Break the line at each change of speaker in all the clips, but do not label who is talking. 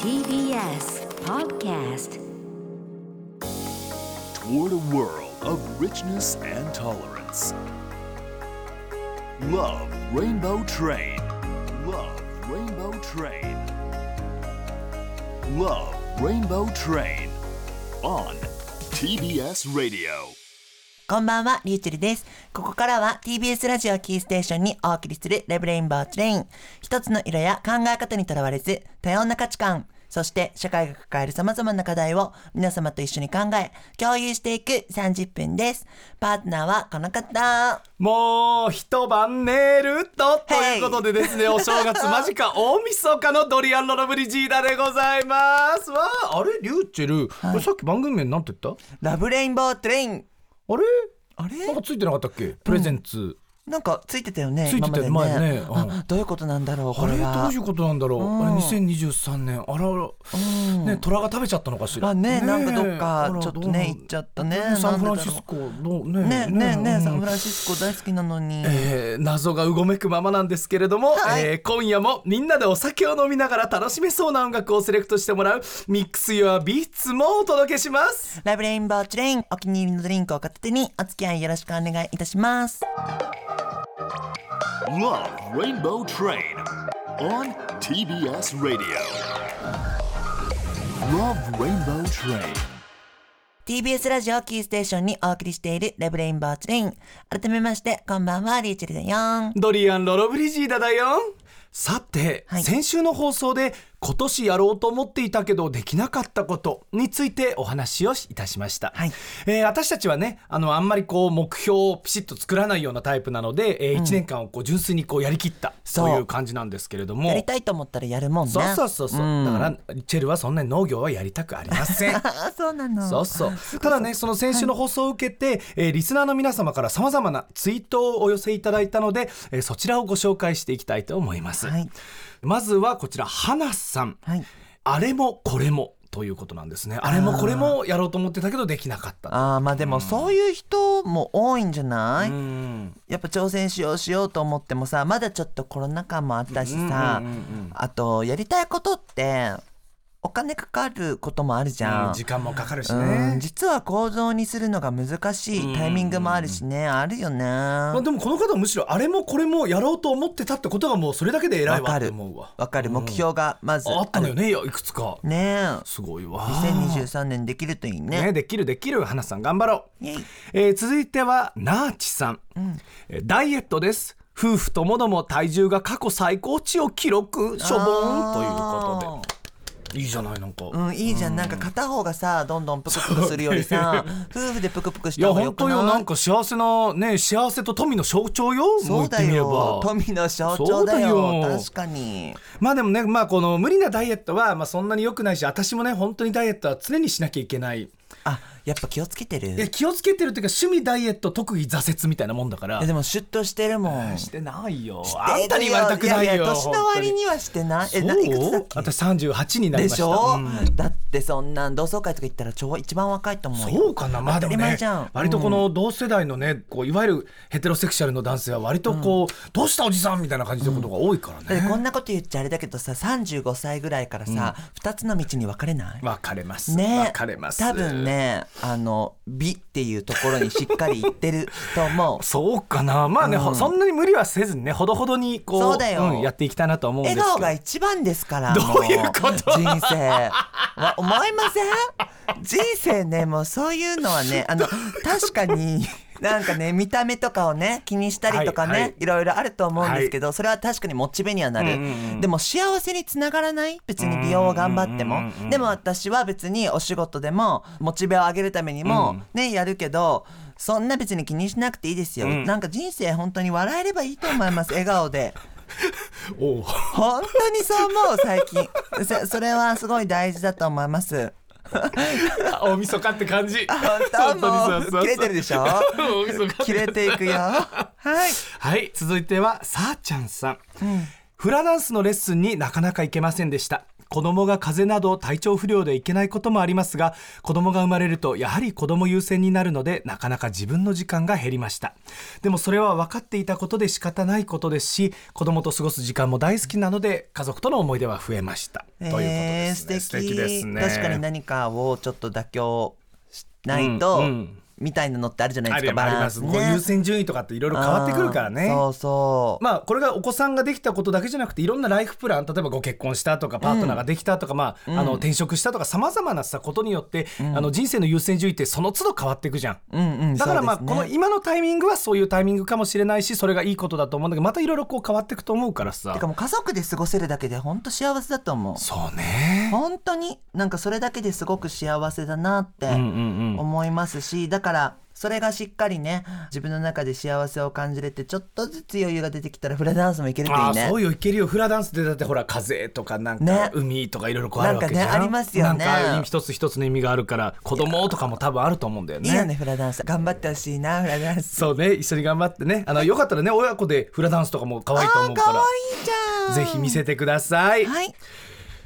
TBS Podcast
toward a world of richness and tolerance. Love Rainbow Train. Love Rainbow Train. Love Rainbow Train. On TBS Radio.
こんばんは、りゅうちぇるです。ここからは TBS ラジオキーステーションにお送りするレブレインボートレイン。一つの色や考え方にとらわれず、多様な価値観、そして社会が抱える様々な課題を皆様と一緒に考え、共有していく30分です。パートナーはこの方。
もう一晩寝るとということでですね、お正月間近大晦日のドリアンロロブリジーダでございます。わあ、あれリューチェル、これさっき番組名なんて言った？
ラブレインボートレイン。
あれ？
あれ
なんかついてなかったっけ？プレゼンツ。
なんかついてたよね。
ついてたよ
今まで
前ねうん
あどういうことなんだろう、こ
あれ
れ
ど
は
うい。うことなんだろう。
ん
あれ2023年、あらあら、ね虎が食べちゃったのかし
ま
ら。
あね、
え
なんかどっ
あ
からちょっと
どうな
ね、行っちゃったね。
サンフ
な
ラ
んでだ
ンシ
ろう
スコの
ね
ね
ねねサンフ
ン
ランシスコ大好きなのに。
えー謎がうごめくままなんですけれども、
はい
えー今夜もみんなでお酒を飲みながら楽しめそうな音楽をセレクトしてもらう「ミックス・ユア・ビーツ」もお届けします
ラブレインボーチレイン、お気に入りのドリンクを片手にお付き合いよろしくお願いいたします。
Love Rainbow Train. On TBS Radio. Love Rainbow Train.
TBS ラジオキーステーションにお送りしているラブレインボーチレイン。改めまして、こんばんは、リーチェルだよ。
ドリアン・ロロブリジーダだよさて、
はい
先週の放送で今年やろうと思っていたけどできなかったことについてお話をいたしました、
はい
えー私たちはねあのあんまりこう目標をピシッと作らないようなタイプなので、え1年間をこう純粋にこうやりきった
そう
という感じなんですけれども
やりたいと思ったらやるもんね。
そうそうそうそう、
ん
だからチェルはそんなに農業はやりたくありません
ああ、 そうなの。
そうそうただねその先週の放送を受けて、えーリスナーの皆様からさまざまなツイートをお寄せいただいたので、えーそちらをご紹介していきたいと思います、
はい
まずはこちら花さん、
はい。
あれもこれもということなんですねあれもこれもやろうと思ってたけどできなかった
ああ、まあでもそういう人も多いんじゃない、
うん
やっぱ挑戦しようしようと思ってもさまだちょっとコロナ禍もあったしさ、
うんうんうんうん
あとやりたいことってお金かかることもあるじゃん。
時間もかかるし
うん
ね
実は構造にするのが難しいタイミングもあるしね、あるよね。
まあ、
わ
でもこの方はむしろあれもこれもやろうと思ってたってことがもうそれだけで偉いわ
か
って
る
思うわ。
わかる。目標がまず
ああったのよ
ね。
ねいやいくつか
ねえ。
すごいわ
2023年できるといいね。
ねできるできる花さん頑張ろう
イエイ
えー続いてはナーチさん、えーダイエットです夫婦ともども体重が過去最高値を記録しょぼーんということ
と
でいいじゃないなんか、
うん、いいじゃん。なんか片方がさ、どんどんプクプクするよりさ、夫婦でプクプクし
い
た方
や
がよ
本
く
当
ない
よなんか幸せなね幸せと富の象徴よ
そうだよ
も。う言ってみれば
富の象徴だ
そう
よ。
だよ
確かに。
まあでもね、まあ、この無理なダイエットはまあそんなに良くないし私もね本当にダイエットは常にしなきゃいけない
あ、やっぱ気をつけてる。
いや
え、
気をつけてるというか趣味ダイエット特技挫折みたいなもんだから
でもシュッとしてるもん。
してないよ
してるよ
あんたに言われたくないよ
やや年の割にはしてない。え、な
本当
いく
に
つだ
そ
っ
う
け
私38になり
で
ました
しょ、
うん
だってそんなん同窓会とか行ったら超一番若いと思うよ
そうかなまあでも
当たり前
ね
じゃん
割とこの同世代のねこういわゆるヘテロセクシャルの男性は割とこうどうしたおじさんみたいな感じのことが多いから
だってこ
ね
んなこと言っちゃあれだけどさ35歳ぐらいからさ、二2つの道に分かれない
分かれます
ね
分かれます
多分ねあの美っていうところにしっかり行ってると思う
そうかなまあねほそんなに無理はせずにねほどほどにこう
そうだよ
んやっていきたいなと思うんです
笑顔
けど
が一番ですから
どういうこと
も人生わ思いません人生ねもうそういうのは ねあの確かになんかね見た目とかをね気にしたりとかね、
はいいはい
ろいろあると思うんですけど、それは確かにモチベにはなる、
うんうんうん
でも幸せにつながらない別に美容を頑張っても、
うんうんうんうん
でも私は別にお仕事でもモチベを上げるためにもね、やるけどそんな別に気にしなくていいですよ、なんか人生本当に笑えればいいと思います笑顔で。
おう
本当にそう思う最近そそれはすごい大事だと思います
大晦日って感じ
本当も
そうそうそ
う
うそう
切れてるでしょ
大晦日
切れていくよはい
はい続いてはさあちゃんさん、フラダンスのレッスンになかなか行けませんでした子供が風邪など体調不良で行けないこともありますが子供が生まれるとやはり子供優先になるのでなかなか自分の時間が減りましたでもそれは分かっていたことで仕方ないことですし子供と過ごす時間も大好きなので家族との思い出は増えました
えー
ということですね。
素
素
敵
敵ですね。
確かに何かをちょっと妥協しないと、
うんうん
みたいなのってあるじゃない
あ
です
り
かバ
あり
ラ
ま
ンス
す。
ね
こう優先順位とかっていろいろ変わってくるからね。
あーそうそう、
まあ、これがお子さんができたことだけじゃなくていろんなライフプラン例えばご結婚したとかパートナーができたとか、まああの転職したとかさまざまなさことによって、あの人生の優先順位ってその都度変わっていくじゃん。
うんうん
だからまあ、
そうで
こ
すね
の今のタイミングはそういうタイミングかもしれないしそれがいいことだと思うんだけどまたいろいろこう変わっていくと思うからさ
てかもう家族で過ごせるだけで本当幸せだと思う
そうね
本当になんかそれだけですごく幸せだなって思いますし、だからそれがしっかりね自分の中で幸せを感じれてちょっとずつ余裕が出てきたらフラダンスもいけるとい
あ
い
あ
ね
そうよいけるよフラダンスでだってほら風とかなん
ね
か海とかいろいろこうあるわけじゃん
なんかねありますよね
なんか一つ一つの意味があるから子供とかも多分あると思うんだよ
いいよねフラダンス頑張ってほしいなフラダンス
そうね一緒に頑張ってねあのよかったらね親子でフラダンスとかも可愛いと思う
可愛
か
いじゃ
ら
ん
ぜひ見せてください
はい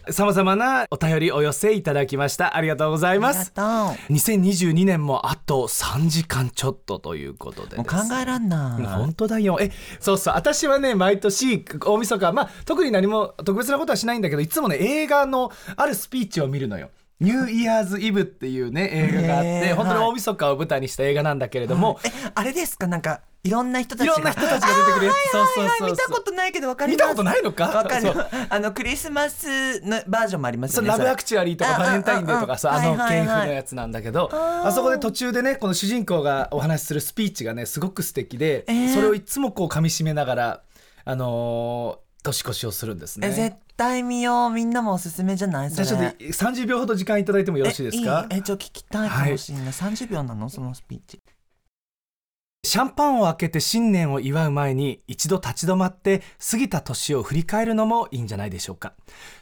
さまざまなお便りお寄せいただきましたありがとうござい
あ
ま
りが
す
とう
2022年もあと3時間ちょっとということで
もう
です
考えらんな
本当だよえそうそう私はね毎年大晦日まあ特に何も特別なことはしないんだけどいつもね映画のあるスピーチを見るのよ。ニューイヤーズイブっていうね映画があって、
へー
本当に大晦日を舞台にした映画なんだけれども、
いえあれですかなんかいろんな人たち
い
が
ろんな人たちが出てくるやつそうそうそうそう
見たことないけどわかります
見たことないのか
わかる
そう
あのクリスマスのバージョンもあります
そ
よ
う
ね
ラブ
れ
アクチュアリーとか
あ
バレンタインデーと
あ
か
あ
さあ
は
の
いはい
系
はい
譜のやつなんだけどあそこで途中でねこの主人公がお話しするスピーチがねすごく素敵で
ー
それをいつもこう噛み締めながらあのー年越しをするんです
え
ね
絶対見ようみんなもおすすめじゃない
じ
そ
ゃ
れ
あちょっと30秒ほど時間いただいてもよろしいですか
えいいえちょっと聞きたいかもしれない、30秒なのそのスピーチ
シャンパンを開けて新年を祝う前に一度立ち止まって過ぎた年を振り返るのもいいんじゃないでしょうか。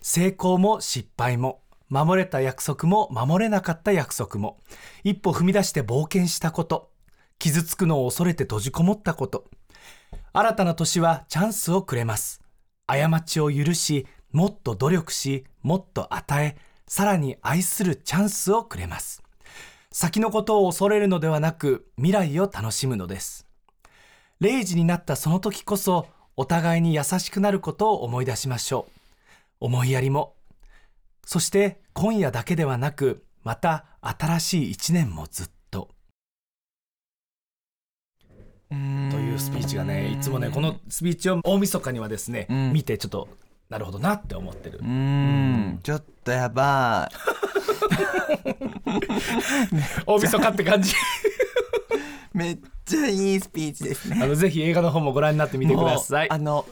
成功も失敗も、守れた約束も守れなかった約束も、一歩踏み出して冒険したこと、傷つくのを恐れて閉じこもったこと、新たな年はチャンスをくれます。過ちを許し、もっと努力し、もっと与え、さらに愛するチャンスをくれます。先のことを恐れるのではなく未来を楽しむのです0時になったその時こそお互いに優しくなることを思い出しましょう思いやりもそして今夜だけではなくまた新しい一年もずっと
と
というスピーチがねいつもねこのスピーチを大晦日にはですね、
うん
見てちょっとなるほどなって思ってる
うーんちょっとやば い
大晦日って 感じ
めっちゃいいスピーチですね
あのぜひ映画の方もご覧になってみてください
もうあの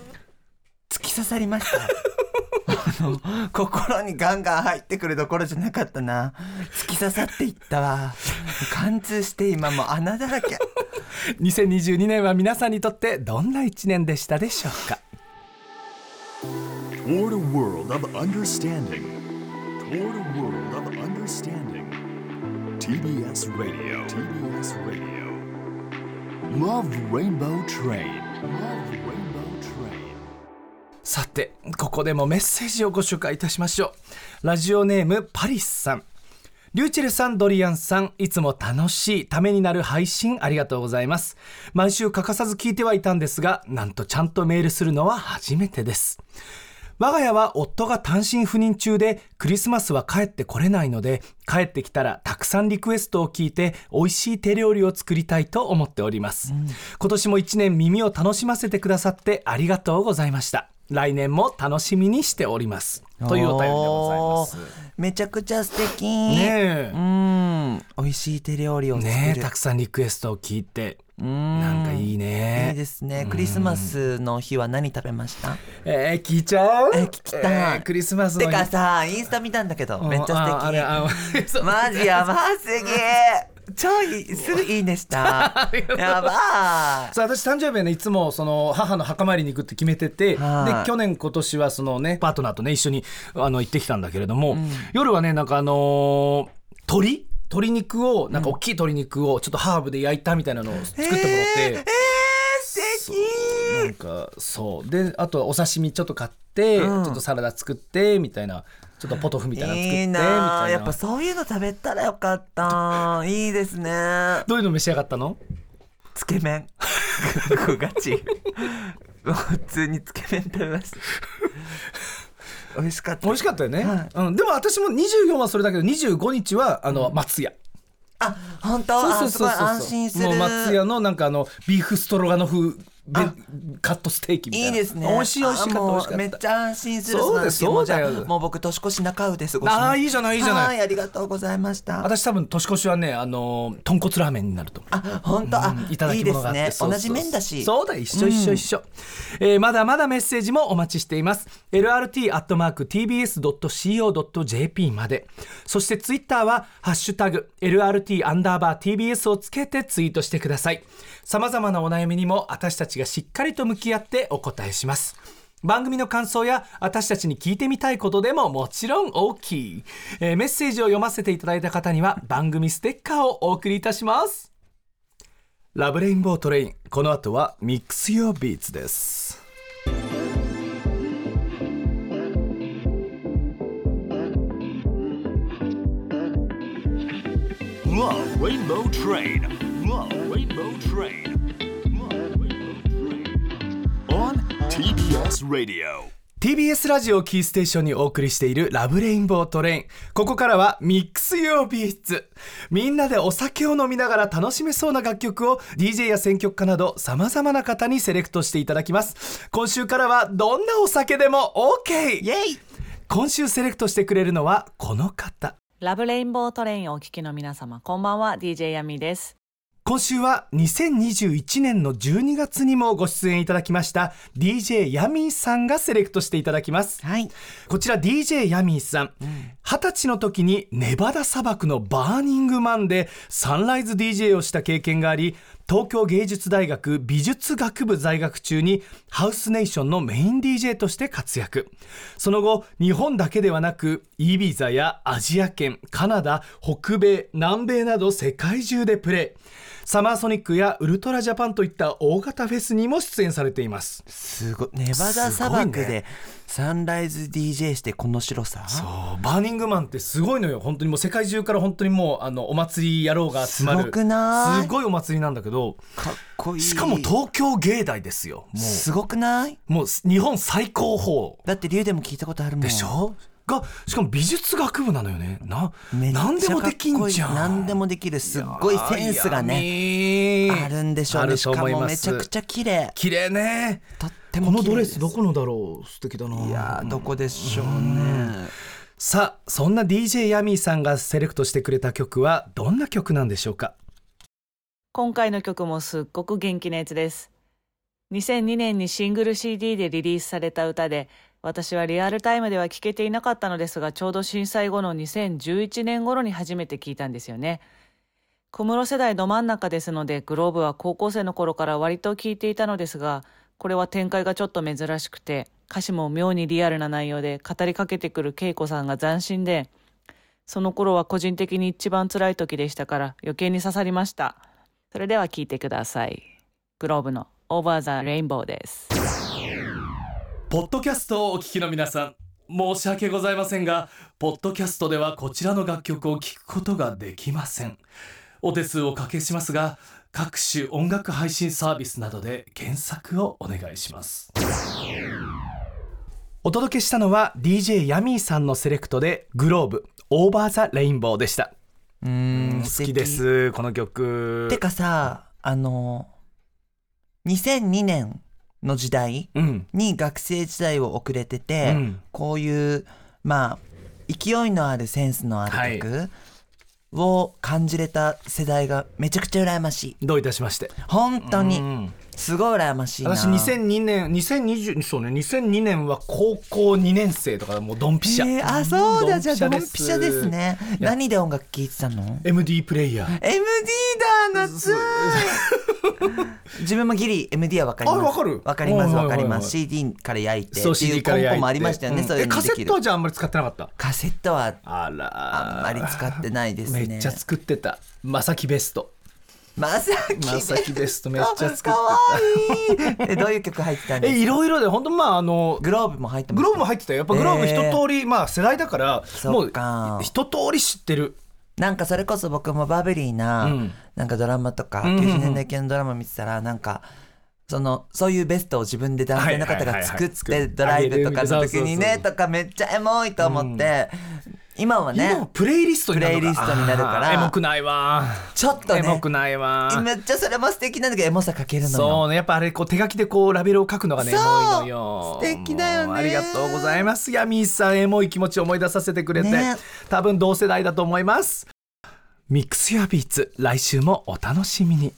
突き刺さりました あの心にガンガン入ってくるところじゃなかったな突き刺さっていったわ貫通して今もう穴だらけ
2022年は皆さんにとってどんな一年でしたでしょうか
Toward a world of understanding. Toward a world of understanding. TBS Radio. TBS Radio. Love Rainbow Train. Love Rainbow Train.
さてここでもメッセージをご紹介いたしましょうラジオネームパリスさんリューチェルさんドリアンさんいつも楽しいためになる配信ありがとうございます毎週欠かさず聞いてはいたんですがなんとちゃんとメールするのは初めてです我が家は夫が単身赴任中でクリスマスは帰ってこれないので帰ってきたらたくさんリクエストを聞いて美味しい手料理を作りたいと思っております、今年も一年耳を楽しませてくださってありがとうございました来年も楽しみにしております というお便りでございます
めちゃくちゃ素敵
ねえ
うん美味しい手料理を作る、
ねえたくさんリクエストを聞いて
うん
なんかいいね
いいですねクリスマスの日は何食べました
えー、聞いちゃう
えー聞きたい
クリスマスの
て
日
かさインスタ見たんだけど
うん
めっちゃ
ああれあ
素
れ そう
敵マジやばすぎ超いいすぐいいねした やばい
そう私誕生日はねいつもその母の墓参りに行くって決めててで
はい
去年今年はそのねパートナーとね一緒にあの行ってきたんだけれども、夜はねなんかあのー鳥鶏肉をなんか大きい鶏肉をちょっとハーブで焼いたみたいなのを作ってもらっ
え
て、
ー、えー、素
そ
敵
うなんかそうであとはお刺身ちょっと買って、
うん
ちょっとサラダ作ってみたいなちょっとポトフみたいなの作って
いい
みたい
な
な
あやっぱそういうの食べたらよかったいいですね
どういうの召し上がったの
つけ麺ここガチもう普通につけ麺食べました美味しかった
美味しかったよね、
はい
うん、でも私も24はそれだけど25日はあの松屋
あ本当あすごい安心する
もう松屋のなんかあのビーフストロガノフで
あ
カットステーキみたい
い
ない
ですね
美味しい美味しかった
あ
美
もう
味しかった
めっちゃ安心する
そうです
の話もじゃあ
そうだよ
もう僕年越し中尾で過ごします
ああいいじゃないいいじゃ
は
ない
いありがとうございました
私多分年越しはねあのー豚骨ラーメンになると思う
あ本当あ
いただ
い
き
いで
物があっ
す
て
ね
そう
同
そう
じ麺だし
そうだ一緒一緒一緒、
えーまだまだメッセージもお待ちしています lrt.tbs.co.jp までそしてツイッターは「ハッシュタグ #lrt アンダーバー TBS」をつけてツイートしてくださいさまざまなお悩みにも私たちがしっかりと向き合ってお答えします番組の感想や私たちに聞いてみたいことでももちろん OK、えーメッセージを読ませていただいた方には番組ステッカーをお送りいたしますラブレインボートレインこの後はミックスヨービーツです
Love Rainbow Train. Love Rainbow Train. Love Rainbow Train. On TBS Radio.
TBS ラジオキーステーションにお送りしているラブレインボートレインここからはミックスヨービーツみんなでお酒を飲みながら楽しめそうな楽曲を DJ や選曲家など様々な方にセレクトしていただきます今週からはどんなお酒でも OK
イエイ
今週セレクトしてくれるのはこの方
ラブレインボートレインをお聞きの皆様、こんばんは、DJ ヤミーです。
今週は2021年の12月にもご出演いただきました DJ ヤミーさんがセレクトしていただきます
はい
こちら DJ ヤミーさん二十歳の時にネバダ砂漠のバーニングマンでサンライズ DJ をした経験があり東京芸術大学美術学部在学中にハウスネーションのメイン DJ として活躍その後日本だけではなくイビザやアジア圏カナダ北米南米など世界中でプレイサマーソニックやウルトラジャパンといった大型フェスにも出演されています
すごいネバダ砂漠でサンライズ DJ してこの白さ
あバーニングマンってすごいのよ本当にもう世界中から本当にもうあのお祭り野郎が集まる
すごくない
すごいお祭りなんだけど
かっこいい
しかも東京芸大ですよも
すごくないう
もう日本最高峰
だって竜でも聞いたことあるもん
でしょ、がしかも美術学部なのよねな
めっちゃ
何で
か
も
っこい
で
い
きんじゃん
何でもできるすっごいセンスがね
ね
あるんでしょう
あ
ね
る
し
と
か
思い
も
ま
め
す
ちゃくちゃ綺麗
綺麗ね
とって
こ
も
の
綺麗
ドレ
です
スどこのだろう素敵だない
やーどこでしょうね
さあそんな DJ ヤミーさんがセレクトしてくれた曲はどんな曲なんでしょうか
今回の曲もすっごく元気なやつです。2002年にシングル CD でリリースされた歌で、私はリアルタイムでは聴けていなかったのですが、ちょうど震災後の2011年頃に初めて聴いたんですよね。小室世代ど真ん中ですので、グローブは高校生の頃から割と聴いていたのですが、これは展開がちょっと珍しくて、歌詞も妙にリアルな内容で語りかけてくる恵子さんが斬新で、その頃は個人的に一番辛い時でしたから余計に刺さりました。それでは聞いてください。グローブの Over the Rainbow です。
ポッドキャストをお聞きの皆さん、申し訳ございませんが、ポッドキャストではこちらの楽曲を聴くことができません。お手数をおかけしますが、各種音楽配信サービスなどで検索をお願いします。お届けしたのは DJ ヤミーさんのセレクトでグローブオーバーザレインボーでした。
うーん
好きで
素
すこの曲。
敵てかさあの2002年の時代
うん
に学生時代を遅れてて、
うん
こういうまあ勢いのあるセンスのある曲を感じれた世代がめちゃくちゃ羨ましい
どういたしまして。
本当
う
に
ん
すごい羨ましいな
私2002年2020そうね2002年は高校2年生とかもうドンピシャ、
えーあそうだ
うん
じゃあドンピシャですね
いや
何で音楽聴いてたの
MD プレイヤー
MD だ夏 自分もギリ MD は分かります
あわかる
分かります
はいはい
分
は
か
いはい
ります CD から焼いてっていうコンポもありましたよね、
うん
そういう
え
の
カ
で
セ
き
ッ
る
トはじゃああんまり使ってなかった
カセットは
あら
あんまり使ってないですね
めっちゃ作ってたまさきベスト
まさき
まさきベストめっちゃ作って
かわ
た
いいえどういう曲入ってたんです
え
か
いろいろで本当まああの
グローブも入ってます
グローブも入ってたよやっぱグローブ
え
一
ー
通り、まあ世代だからも
そっ
う
か
一通り知ってる
なんかそれこそ僕もバブリーな、
うん
なんかドラマとか、
んうんうん
90年代系のドラマ見てたらなんかそのそういうベストを自分で男性の方が作っ
はいはいはいは
て
い
ドライブとかの時に
あげるみ
ね
たいなそうそうそ
とかめっちゃエモいと思って、今は
今は
ね
プレイリストになるの
プレイリストになるから
あーエモくないわ
ちょっと
エモ
ね
くないわ
めっちゃそれも素敵なんだけどエモさかけるの
そ
よ
うねやっぱあれこう手書きでこうラベルを書くのがねエ
そう
モいのよ
素敵だよね
もうありがとうございますヤミーさんエモい気持ちを思い出させてくれて、
ね
多分同世代だと思いますミックスやビーツ来週もお楽しみに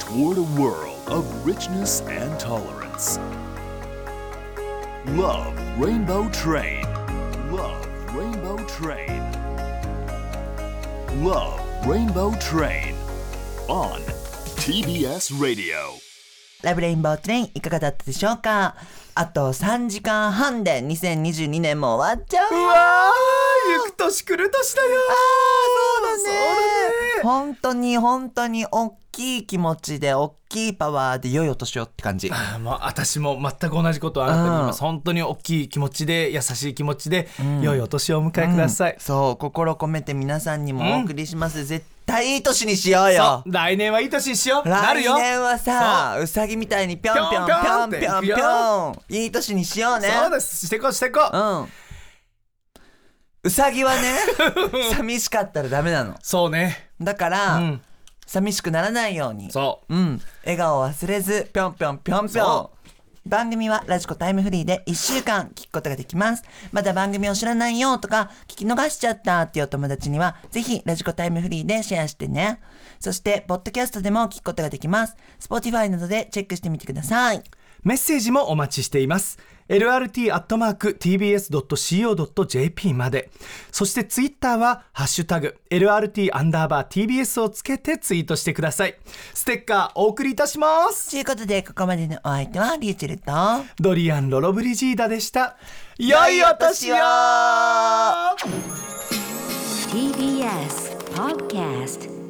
toward a world of richness and tolerance. Love Rainbow Train. Love Rainbow Train. Love Rainbow Train. On TBS Radio.
ラブレインボートレインいかがだったでしょうかあと3時間半で2022年も終わっちゃう
う
よ
わーゆく年来る年だよ
そうだね本当に本当に大きい気持ちで大きいパワーで良いお年をって感じ
あーもう私も全く同じことをあなたに言います本当に大きい気持ちで優しい気持ちで、良いお年をお迎えください、
そう心込めて皆さんにもお送りします、絶対いい年にしよう
そ
よ
う来年はいい年にしような
来
るよ
年はさうさぎみたいにぴょんぴょんぴ
ぴょんぴ
ょ
ょ
ん
ん
ぴょん
って
ぴ
いく
ょ
よ
んいい年にしようね
そうですしていこうしていこう、
うんうさぎはね寂しかったらダメなの
そうね
だから、
うん
寂しくならないように
そう
うん、笑顔を忘れずぴょんぴょんぴょんぴょ
そ
ん番組はラジコタイムフリーで1週間聞くことができますまだ番組を知らないよとか聞き逃しちゃったっていうお友達にはぜひラジコタイムフリーでシェアしてねそしてポッドキャストでも聞くことができます Spotify などでチェックしてみてください
メッセージもお待ちしています。lrt.tbs.co.jp まで。そしてツイッターは、ハッシュタグ、lrt アンダーバー tbs をつけてツイートしてください。ステッカーお送りいたします。
ということでここまでのお相手はリューチェルと
ドリアン・ロロブリジーダでした。良いお年を
TBS Podcast